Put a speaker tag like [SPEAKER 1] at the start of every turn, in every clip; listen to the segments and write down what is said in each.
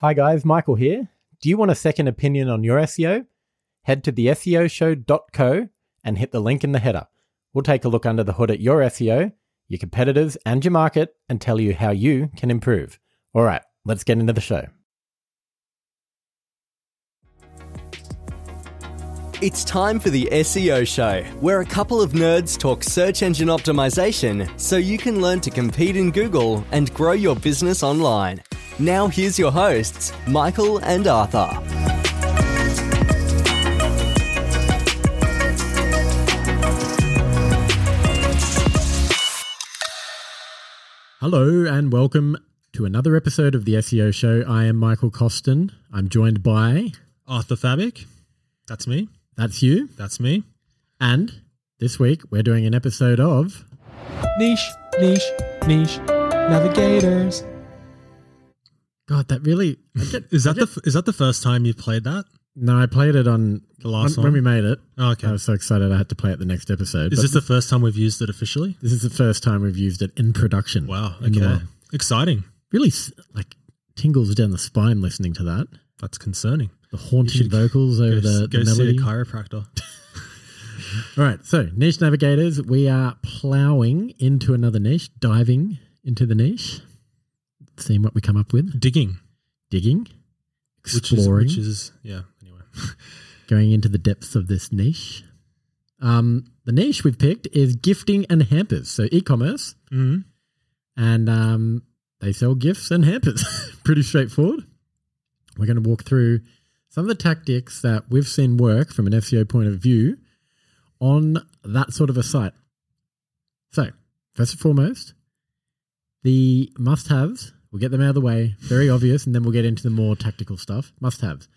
[SPEAKER 1] Hi guys, Michael here. Do you want a second opinion on your SEO? Head to the SEOshow.co and hit the link in the header. We'll take a look under the hood at your SEO, your competitors, and your market and tell you how you can improve. All right, let's get into the show.
[SPEAKER 2] It's time for the SEO Show, where a couple of nerds talk search engine optimization so you can learn to compete in Google and grow your business online. Now, here's your hosts, Michael and Arthur.
[SPEAKER 1] Hello, and welcome to another episode of the SEO Show. I am Michael Costin. I'm joined by,
[SPEAKER 3] Arthur Fabic. That's me.
[SPEAKER 1] that's you,
[SPEAKER 3] That's me.
[SPEAKER 1] and this week we're doing an episode of.
[SPEAKER 3] Niche, niche, niche. Navigators.
[SPEAKER 1] God, that really.
[SPEAKER 3] Is that the f- is that the first time you played that?
[SPEAKER 1] No, I played it on the
[SPEAKER 3] last
[SPEAKER 1] when, when
[SPEAKER 3] one?
[SPEAKER 1] we made it.
[SPEAKER 3] Oh, okay.
[SPEAKER 1] I was so excited I had to play it the next episode.
[SPEAKER 3] Is
[SPEAKER 1] but
[SPEAKER 3] this the first time we've used it officially?
[SPEAKER 1] This is the first time we've used it in production.
[SPEAKER 3] Wow.
[SPEAKER 1] In
[SPEAKER 3] Okay.
[SPEAKER 1] a while.
[SPEAKER 3] Exciting.
[SPEAKER 1] Really, s- like tingles down the spine listening to that.
[SPEAKER 3] That's concerning.
[SPEAKER 1] The haunting
[SPEAKER 3] should
[SPEAKER 1] vocals
[SPEAKER 3] Go,
[SPEAKER 1] over
[SPEAKER 3] s-
[SPEAKER 1] the,
[SPEAKER 3] go
[SPEAKER 1] the
[SPEAKER 3] see a
[SPEAKER 1] melody.
[SPEAKER 3] chiropractor.
[SPEAKER 1] All right, so niche navigators, we are plowing into another niche, diving into the niche, seeing what we come up with,
[SPEAKER 3] Digging.
[SPEAKER 1] digging,
[SPEAKER 3] Which is,
[SPEAKER 1] exploring,
[SPEAKER 3] which is yeah. Anyway.
[SPEAKER 1] going into the depths of this niche. Um, the niche we've picked is gifting and hampers, so e-commerce.
[SPEAKER 3] hmm
[SPEAKER 1] and um, they sell gifts and hampers. Pretty straightforward. We're going to walk through some of the tactics that we've seen work from an SEO point of view on that sort of a site. So, first and foremost, the must haves, we'll get them out of the way, very obvious, and then we'll get into the more tactical stuff. Must haves.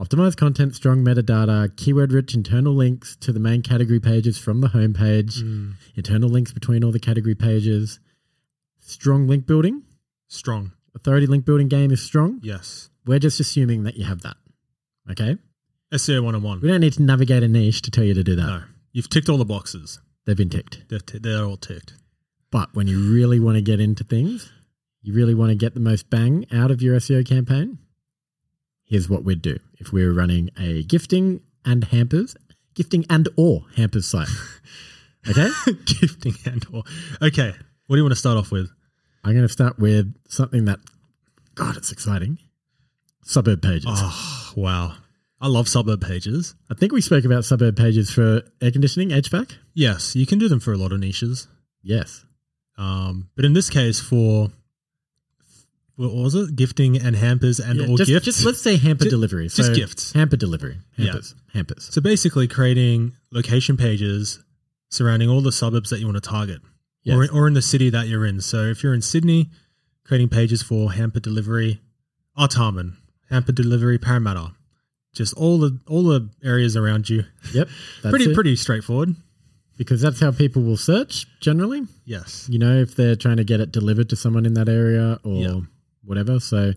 [SPEAKER 1] Optimized content, strong metadata, keyword rich internal links to the main category pages from the homepage,
[SPEAKER 3] Mm-hmm.
[SPEAKER 1] internal links between all the category pages, strong link building.
[SPEAKER 3] Strong.
[SPEAKER 1] Authority link building game is strong.
[SPEAKER 3] Yes.
[SPEAKER 1] We're just assuming that you have that. Okay. We
[SPEAKER 3] SEO 101.
[SPEAKER 1] don't need to navigate a niche to tell you to do that.
[SPEAKER 3] No. oh You've ticked all the boxes.
[SPEAKER 1] They've been ticked.
[SPEAKER 3] They're, t- they're all ticked.
[SPEAKER 1] But when you really want to get into things, you really want to get the most bang out of your SEO campaign, here's what we'd do if we were running a gifting and hampers, gifting and or hampers site. Okay?
[SPEAKER 3] Gifting and all. Okay. What do you want to start off with?
[SPEAKER 1] I'm going to start with something that, God, it's exciting. Suburb pages.
[SPEAKER 3] Oh, wow. I love suburb pages.
[SPEAKER 1] I think we spoke about suburb pages for air conditioning, HVAC.
[SPEAKER 3] Yes, you can do them for a lot of niches.
[SPEAKER 1] Yes.
[SPEAKER 3] Um, but in this case, for what was it? Gifting and hampers and
[SPEAKER 1] Yeah,
[SPEAKER 3] or
[SPEAKER 1] just,
[SPEAKER 3] gifts.
[SPEAKER 1] just let's say hamper
[SPEAKER 3] Ju-
[SPEAKER 1] delivery.
[SPEAKER 3] just
[SPEAKER 1] So,
[SPEAKER 3] gifts.
[SPEAKER 1] Hamper delivery.
[SPEAKER 3] Yeah.
[SPEAKER 1] Hampers. Hampers.
[SPEAKER 3] so basically, creating location pages surrounding all the suburbs that you want to target,
[SPEAKER 1] Yes.
[SPEAKER 3] or or in the city that you're in. So if you're in Sydney, creating pages for hamper delivery, Artarmon, hamper delivery, Parramatta, just all the all the areas around you.
[SPEAKER 1] Yep. That's
[SPEAKER 3] pretty
[SPEAKER 1] it.
[SPEAKER 3] pretty straightforward.
[SPEAKER 1] Because that's how people will search generally.
[SPEAKER 3] Yes.
[SPEAKER 1] You know, if they're trying to get it delivered to someone in that area or
[SPEAKER 3] Yeah.
[SPEAKER 1] whatever. So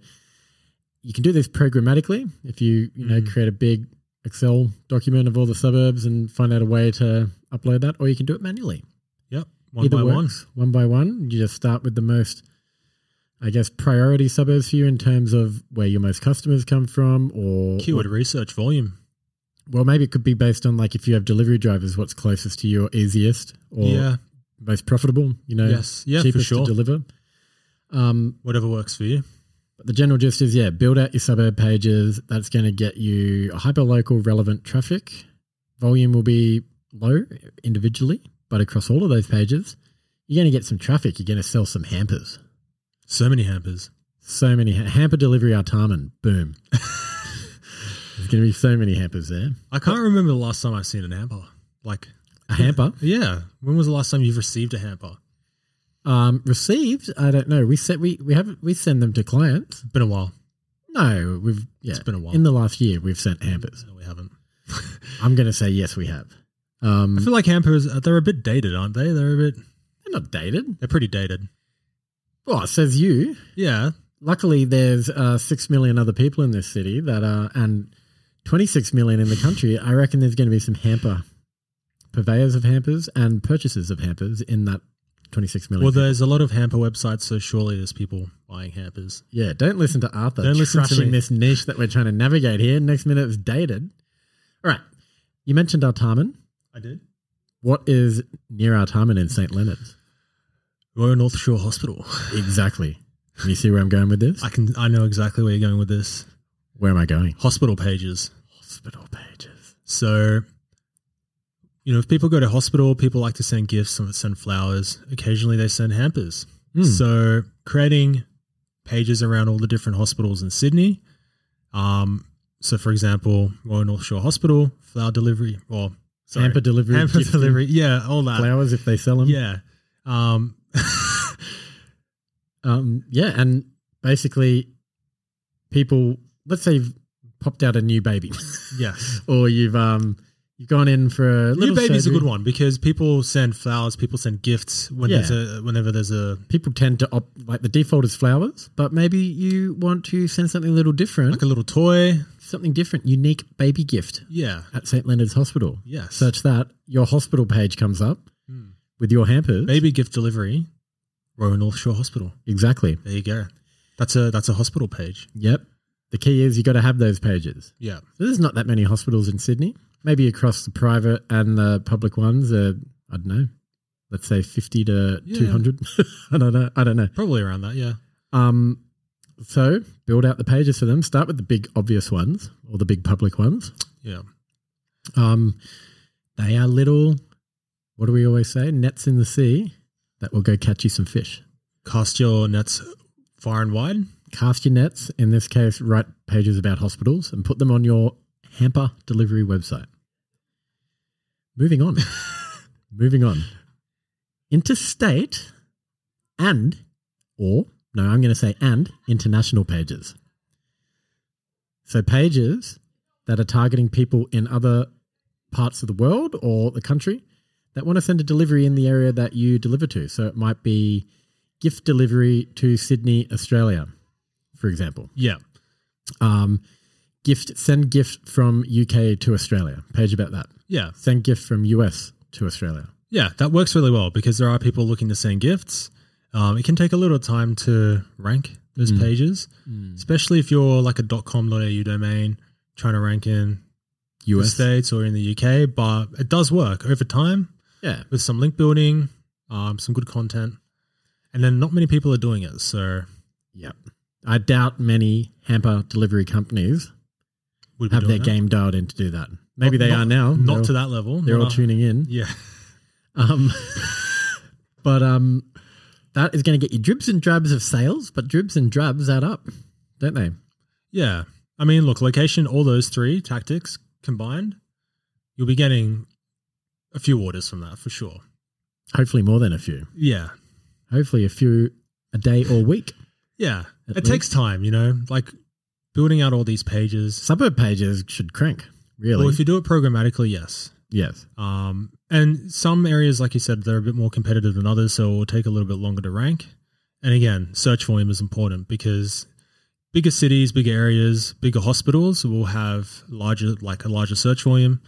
[SPEAKER 1] you can do this programmatically if you, you know,
[SPEAKER 3] Mhm.
[SPEAKER 1] create a big Excel document of all the suburbs and find out a way to upload that, or you can do it manually.
[SPEAKER 3] Yep. One
[SPEAKER 1] Either
[SPEAKER 3] by one.
[SPEAKER 1] works. One by one. You just start with the most, I guess, priority suburbs for you in terms of where your most customers come from or
[SPEAKER 3] Keyword research volume.
[SPEAKER 1] Well, maybe it could be based on like if you have delivery drivers, what's closest to you or easiest or
[SPEAKER 3] yeah.
[SPEAKER 1] most profitable, you know,
[SPEAKER 3] Yes. Yeah. For
[SPEAKER 1] cheapest
[SPEAKER 3] sure.
[SPEAKER 1] to deliver. Um,
[SPEAKER 3] Whatever works for you.
[SPEAKER 1] but the general gist is, yeah, build out your suburb pages. That's going to get you hyperlocal, relevant traffic. Volume will be low individually, but across all of those pages, you're going to get some traffic. You're going to sell some hampers.
[SPEAKER 3] So many hampers.
[SPEAKER 1] So many ha- hamper delivery Artarmon. Boom. There's going to be so many hampers there.
[SPEAKER 3] I can't remember the last time I've seen an hamper. Like,
[SPEAKER 1] A hamper.
[SPEAKER 3] yeah. When was the last time you've received a hamper?
[SPEAKER 1] Um, received? I don't know. We said we we have we send them to clients.
[SPEAKER 3] Been a while.
[SPEAKER 1] No, we've yeah.
[SPEAKER 3] It's been a while.
[SPEAKER 1] In the last year, we've sent hampers.
[SPEAKER 3] No, we haven't.
[SPEAKER 1] I'm going to say yes, we have. Um,
[SPEAKER 3] I feel like hampers, uh, they're a bit dated, aren't they? They're a bit,
[SPEAKER 1] they're not dated.
[SPEAKER 3] they're pretty dated.
[SPEAKER 1] Well, it says you.
[SPEAKER 3] Yeah.
[SPEAKER 1] Luckily, there's uh, six million other people in this city that are, and 26 million in the country. I reckon there's going to be some hamper purveyors of hampers and purchasers of hampers in that 26 million.
[SPEAKER 3] Well, there's a lot of hamper websites, so surely there's people buying hampers.
[SPEAKER 1] yeah, don't listen to Arthur.
[SPEAKER 3] Don't listen to
[SPEAKER 1] trashing
[SPEAKER 3] me.
[SPEAKER 1] this niche that we're trying to navigate here. Next minute it's dated. All right. You mentioned Artarmon.
[SPEAKER 3] I did.
[SPEAKER 1] What is near Artarmon in St. Leonard's?
[SPEAKER 3] Royal North Shore Hospital.
[SPEAKER 1] Exactly. Can you see where I'm going with this?
[SPEAKER 3] I can. I know exactly where you're going with this.
[SPEAKER 1] Where am I going?
[SPEAKER 3] Hospital pages.
[SPEAKER 1] Hospital pages.
[SPEAKER 3] So, you know, if people go to hospital, people like to send gifts, some send flowers. Occasionally, they send hampers.
[SPEAKER 1] Hmm.
[SPEAKER 3] So, creating pages around all the different hospitals in Sydney. Um, so, for example, Royal North Shore Hospital, flower delivery, or sorry,
[SPEAKER 1] Hamper delivery.
[SPEAKER 3] hamper
[SPEAKER 1] gifting
[SPEAKER 3] delivery. Yeah, all that.
[SPEAKER 1] Flowers if they sell them.
[SPEAKER 3] Yeah. Um,
[SPEAKER 1] Um, yeah, and basically, people. Let's say you've popped out a new baby,
[SPEAKER 3] yes.
[SPEAKER 1] or you've um, you've gone in for a
[SPEAKER 3] New
[SPEAKER 1] little
[SPEAKER 3] baby's a
[SPEAKER 1] surgery.
[SPEAKER 3] good one because people send flowers, people send gifts when
[SPEAKER 1] Yeah.
[SPEAKER 3] there's a whenever there's a
[SPEAKER 1] People tend to opt like the default is flowers, but maybe you want to send something a little different,
[SPEAKER 3] like a little toy.
[SPEAKER 1] something different, unique baby gift
[SPEAKER 3] Yeah.
[SPEAKER 1] at St Leonard's Hospital.
[SPEAKER 3] Yes.
[SPEAKER 1] Such that your hospital page comes up
[SPEAKER 3] Hmm.
[SPEAKER 1] with your hampers.
[SPEAKER 3] Baby gift delivery, Royal North Shore Hospital.
[SPEAKER 1] Exactly.
[SPEAKER 3] There you go. That's a that's a hospital page.
[SPEAKER 1] Yep. The key is you got to have those pages.
[SPEAKER 3] Yeah.
[SPEAKER 1] So there's not that many hospitals in Sydney. Maybe across the private and the public ones, uh, I don't know. Let's say 50 to
[SPEAKER 3] Yeah.
[SPEAKER 1] 200. I don't know. I don't know.
[SPEAKER 3] Probably around that, yeah.
[SPEAKER 1] Um, so build out the pages for them. Start with the big obvious ones or the big public ones.
[SPEAKER 3] Yeah.
[SPEAKER 1] Um, they are little, what do we always say? Nets in the sea that will go catch you some fish.
[SPEAKER 3] Cast your nets far and wide.
[SPEAKER 1] Cast your nets, in this case, write pages about hospitals and put them on your hamper delivery website. Moving on. Moving on. Interstate and, or, no, I'm going to say and international pages. So pages that are targeting people in other parts of the world or the country that want to send a delivery in the area that you deliver to. So it might be gift delivery to Sydney, Australia, for example.
[SPEAKER 3] Yeah.
[SPEAKER 1] Um, gift send gift from UK to Australia. Page about that.
[SPEAKER 3] Yeah.
[SPEAKER 1] Send gift from US to Australia.
[SPEAKER 3] Yeah. That works really well because there are people looking to send gifts. Um, it can take a little time to rank those
[SPEAKER 1] Hmm.
[SPEAKER 3] pages, especially if you're like a .com.au domain trying to rank in the
[SPEAKER 1] US.
[SPEAKER 3] States or in the UK, but it does work over time.
[SPEAKER 1] Yeah.
[SPEAKER 3] with some link building, um, some good content, and then not many people are doing it. So
[SPEAKER 1] Yep. I doubt many hamper delivery companies
[SPEAKER 3] we'd be
[SPEAKER 1] have their
[SPEAKER 3] doing that.
[SPEAKER 1] game dialed in to do that. Maybe
[SPEAKER 3] Not-
[SPEAKER 1] they
[SPEAKER 3] not-
[SPEAKER 1] are now.
[SPEAKER 3] Not
[SPEAKER 1] They're-
[SPEAKER 3] to that level.
[SPEAKER 1] They're
[SPEAKER 3] Not
[SPEAKER 1] all
[SPEAKER 3] a-
[SPEAKER 1] tuning in.
[SPEAKER 3] Yeah,
[SPEAKER 1] Um, but um, that is going to get you dribs and drabs of sales, but dribs and drabs add up, don't they?
[SPEAKER 3] yeah. I mean, look, location, all those three tactics combined, you'll be getting a few orders from that for sure.
[SPEAKER 1] Hopefully, more than a few.
[SPEAKER 3] Yeah,
[SPEAKER 1] Hopefully, a few a day or week.
[SPEAKER 3] yeah.
[SPEAKER 1] At
[SPEAKER 3] it takes time, you know, like building out all these pages.
[SPEAKER 1] Suburb pages should crank, really.
[SPEAKER 3] Well, if you do it programmatically, yes.
[SPEAKER 1] yes.
[SPEAKER 3] Um, and some areas, like you said, they're a bit more competitive than others, so it will take a little bit longer to rank. And again, search volume is important because bigger cities, bigger areas, bigger hospitals will have larger, like a larger search volume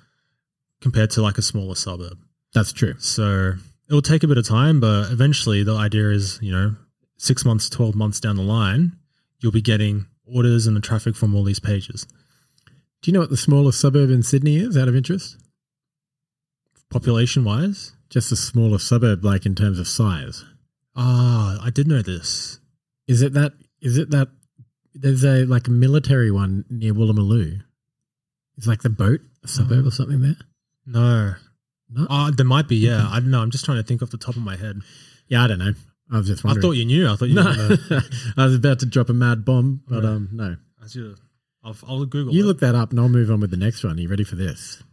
[SPEAKER 3] compared to like a smaller suburb.
[SPEAKER 1] That's true.
[SPEAKER 3] So it will take a bit of time, but eventually the idea is, you know, six months, 12 months down the line, you'll be getting orders and the traffic from all these pages.
[SPEAKER 1] Do you know what the smallest suburb in Sydney is out of interest?
[SPEAKER 3] Population wise,
[SPEAKER 1] Just the smallest suburb, like in terms of size.
[SPEAKER 3] ah, I did know this.
[SPEAKER 1] Is it that? Is it that? There's a like a military one near Woolloomooloo. It's like the boat suburb
[SPEAKER 3] Mm-hmm.
[SPEAKER 1] or something there.
[SPEAKER 3] No.
[SPEAKER 1] No?
[SPEAKER 3] Uh, there might be, yeah. I don't know. I'm just trying to think off the top of my head.
[SPEAKER 1] Yeah, I don't know. I was just
[SPEAKER 3] I
[SPEAKER 1] wondering.
[SPEAKER 3] thought you knew. I thought you
[SPEAKER 1] no,
[SPEAKER 3] knew. the-
[SPEAKER 1] I was about to drop a mad bomb, but
[SPEAKER 3] No.
[SPEAKER 1] um, no.
[SPEAKER 3] That's your- I'll, I'll Google
[SPEAKER 1] You
[SPEAKER 3] it.
[SPEAKER 1] look that up, and I'll move on with the next one. Are you ready for this?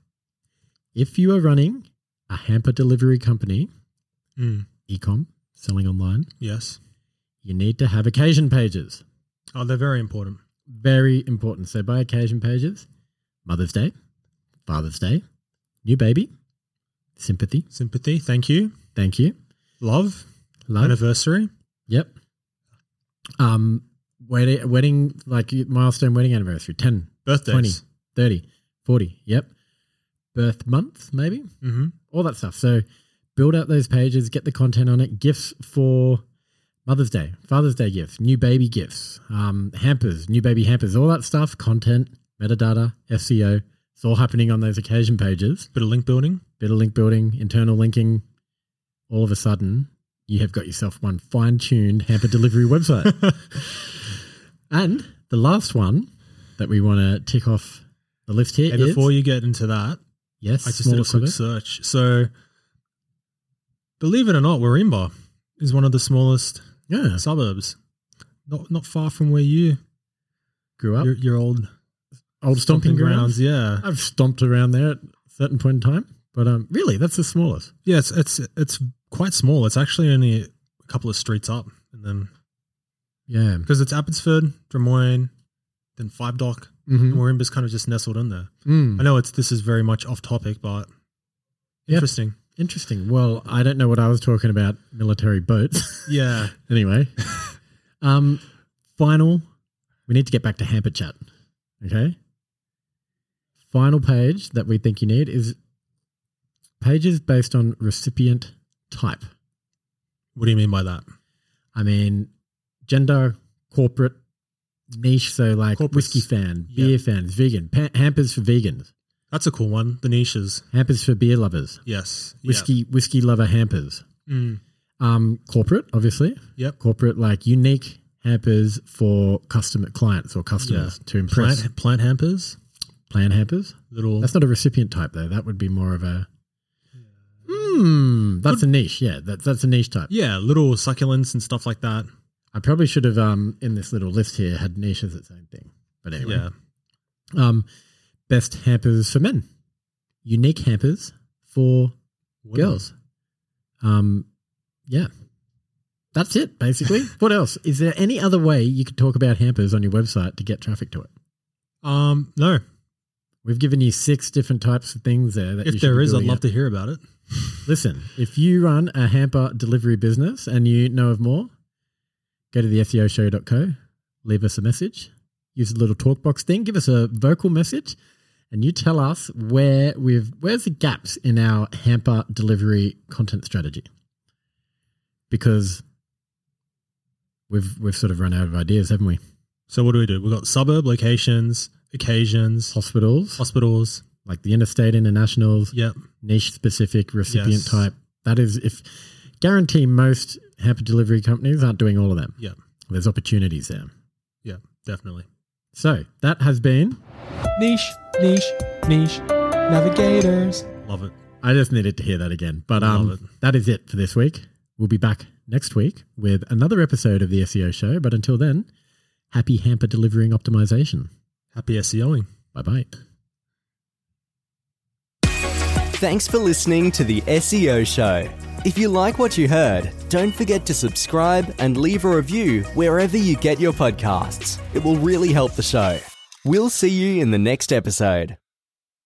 [SPEAKER 1] If you are running a hamper delivery company,
[SPEAKER 3] Mm,
[SPEAKER 1] ecom, selling online,
[SPEAKER 3] yes.
[SPEAKER 1] you need to have occasion pages.
[SPEAKER 3] Oh, they're very important.
[SPEAKER 1] Very important. So by occasion pages, Mother's Day, Father's Day, new baby, sympathy,
[SPEAKER 3] Sympathy. Thank you.
[SPEAKER 1] thank you,
[SPEAKER 3] Love.
[SPEAKER 1] love.
[SPEAKER 3] Anniversary.
[SPEAKER 1] Yep. Um, wedding, wedding, like milestone wedding anniversary, 10,
[SPEAKER 3] Birthdays.
[SPEAKER 1] 20, 30, 40. Yep. Birth month, maybe.
[SPEAKER 3] Mm-hmm.
[SPEAKER 1] All that stuff. So build out those pages, get the content on it, gifts for Mother's Day, Father's Day gifts, new baby gifts, um, hampers, new baby hampers, all that stuff, content, metadata, SEO. It's all happening on those occasion pages.
[SPEAKER 3] Bit of link building.
[SPEAKER 1] Bit of link building, internal linking. All of a sudden, you have got yourself one fine tuned hamper delivery website. And the last one that we want to tick off the list here
[SPEAKER 3] And
[SPEAKER 1] is-
[SPEAKER 3] before you get into that,
[SPEAKER 1] yes,
[SPEAKER 3] I just did a
[SPEAKER 1] smaller
[SPEAKER 3] quick
[SPEAKER 1] sliver.
[SPEAKER 3] search. So, believe it or not, Warimba is one of the smallest
[SPEAKER 1] yeah,
[SPEAKER 3] suburbs, not not far from where you
[SPEAKER 1] grew up
[SPEAKER 3] your, your old
[SPEAKER 1] old stomping, grounds.
[SPEAKER 3] Yeah,
[SPEAKER 1] I've stomped around there at a certain point in time, but um, really, that's the smallest.
[SPEAKER 3] yeah. It's it's it's quite small. It's actually only a couple of streets up, and then
[SPEAKER 1] Yeah,
[SPEAKER 3] because it's Abbotsford, Drummoyne, then Five Dock, and
[SPEAKER 1] Mhm.
[SPEAKER 3] Warimba's kind of just nestled in there.
[SPEAKER 1] Mm.
[SPEAKER 3] I know it's this is very much off topic, but
[SPEAKER 1] Yeah.
[SPEAKER 3] interesting.
[SPEAKER 1] interesting. Well, I don't know what I was talking about military boats.
[SPEAKER 3] Yeah,
[SPEAKER 1] anyway, um, final. We need to get back to hamper chat. Okay. Final page that we think you need is pages based on recipient type.
[SPEAKER 3] what do you mean by that?
[SPEAKER 1] I mean, gender, corporate, niche. So like
[SPEAKER 3] Corporates.
[SPEAKER 1] whiskey fan,
[SPEAKER 3] Yeah.
[SPEAKER 1] beer fans, vegan, pa- hampers for vegans,
[SPEAKER 3] That's a cool one. The niches,
[SPEAKER 1] hampers for beer lovers,
[SPEAKER 3] yes, Yeah.
[SPEAKER 1] whiskey whiskey lover hampers.
[SPEAKER 3] Mm.
[SPEAKER 1] Um, corporate, obviously,
[SPEAKER 3] Yep.
[SPEAKER 1] corporate like unique hampers for customer clients or customers to impress. Plan.
[SPEAKER 3] Plant, plant hampers,
[SPEAKER 1] hampers.
[SPEAKER 3] little
[SPEAKER 1] That's not a recipient type though. That would be more of a. Hmm, that's a niche. Yeah, that's that's a niche type.
[SPEAKER 3] yeah, little succulents and stuff like that.
[SPEAKER 1] I probably should have um in this little list here had niche as its own thing. But anyway,
[SPEAKER 3] Yeah,
[SPEAKER 1] Um, best hampers for men, unique hampers for
[SPEAKER 3] Women.
[SPEAKER 1] girls. Um, yeah, that's it basically. what else? Is there any other way you could talk about hampers on your website to get traffic to it?
[SPEAKER 3] Um, no,
[SPEAKER 1] We've given you six different types of things there. That you
[SPEAKER 3] if
[SPEAKER 1] should
[SPEAKER 3] there
[SPEAKER 1] be
[SPEAKER 3] is, I'd
[SPEAKER 1] building
[SPEAKER 3] love
[SPEAKER 1] up.
[SPEAKER 3] to hear about it.
[SPEAKER 1] listen. If you run a hamper delivery business and you know of more, go to the E SEOshow.co, leave us a message, use the little talk box thing, give us a vocal message, and you tell us where we've where's the gaps in our hamper delivery content strategy. Because we've we've sort of run out of ideas, haven't we?
[SPEAKER 3] So what do we do? We've got suburb locations, occasions,
[SPEAKER 1] Hospitals,
[SPEAKER 3] hospitals.
[SPEAKER 1] like the interstate internationals,
[SPEAKER 3] Yep.
[SPEAKER 1] niche specific recipient
[SPEAKER 3] Yes.
[SPEAKER 1] type. That is, if guarantee most hamper delivery companies aren't doing all of them.
[SPEAKER 3] Yep.
[SPEAKER 1] There's opportunities there.
[SPEAKER 3] Yeah, definitely.
[SPEAKER 1] So that has been.
[SPEAKER 4] Niche, niche, niche, navigators.
[SPEAKER 3] Love it.
[SPEAKER 1] I just needed to hear that again, but
[SPEAKER 3] Love
[SPEAKER 1] um, that is it for this week. We'll be back next week with another episode of the SEO show. But until then, happy hamper delivering optimization.
[SPEAKER 3] Happy E SEOing.
[SPEAKER 1] Bye bye.
[SPEAKER 2] Thanks for listening to the SEO Show. If you like what you heard, don't forget to subscribe and leave a review wherever you get your podcasts. It will really help the show. We'll see you in the next episode.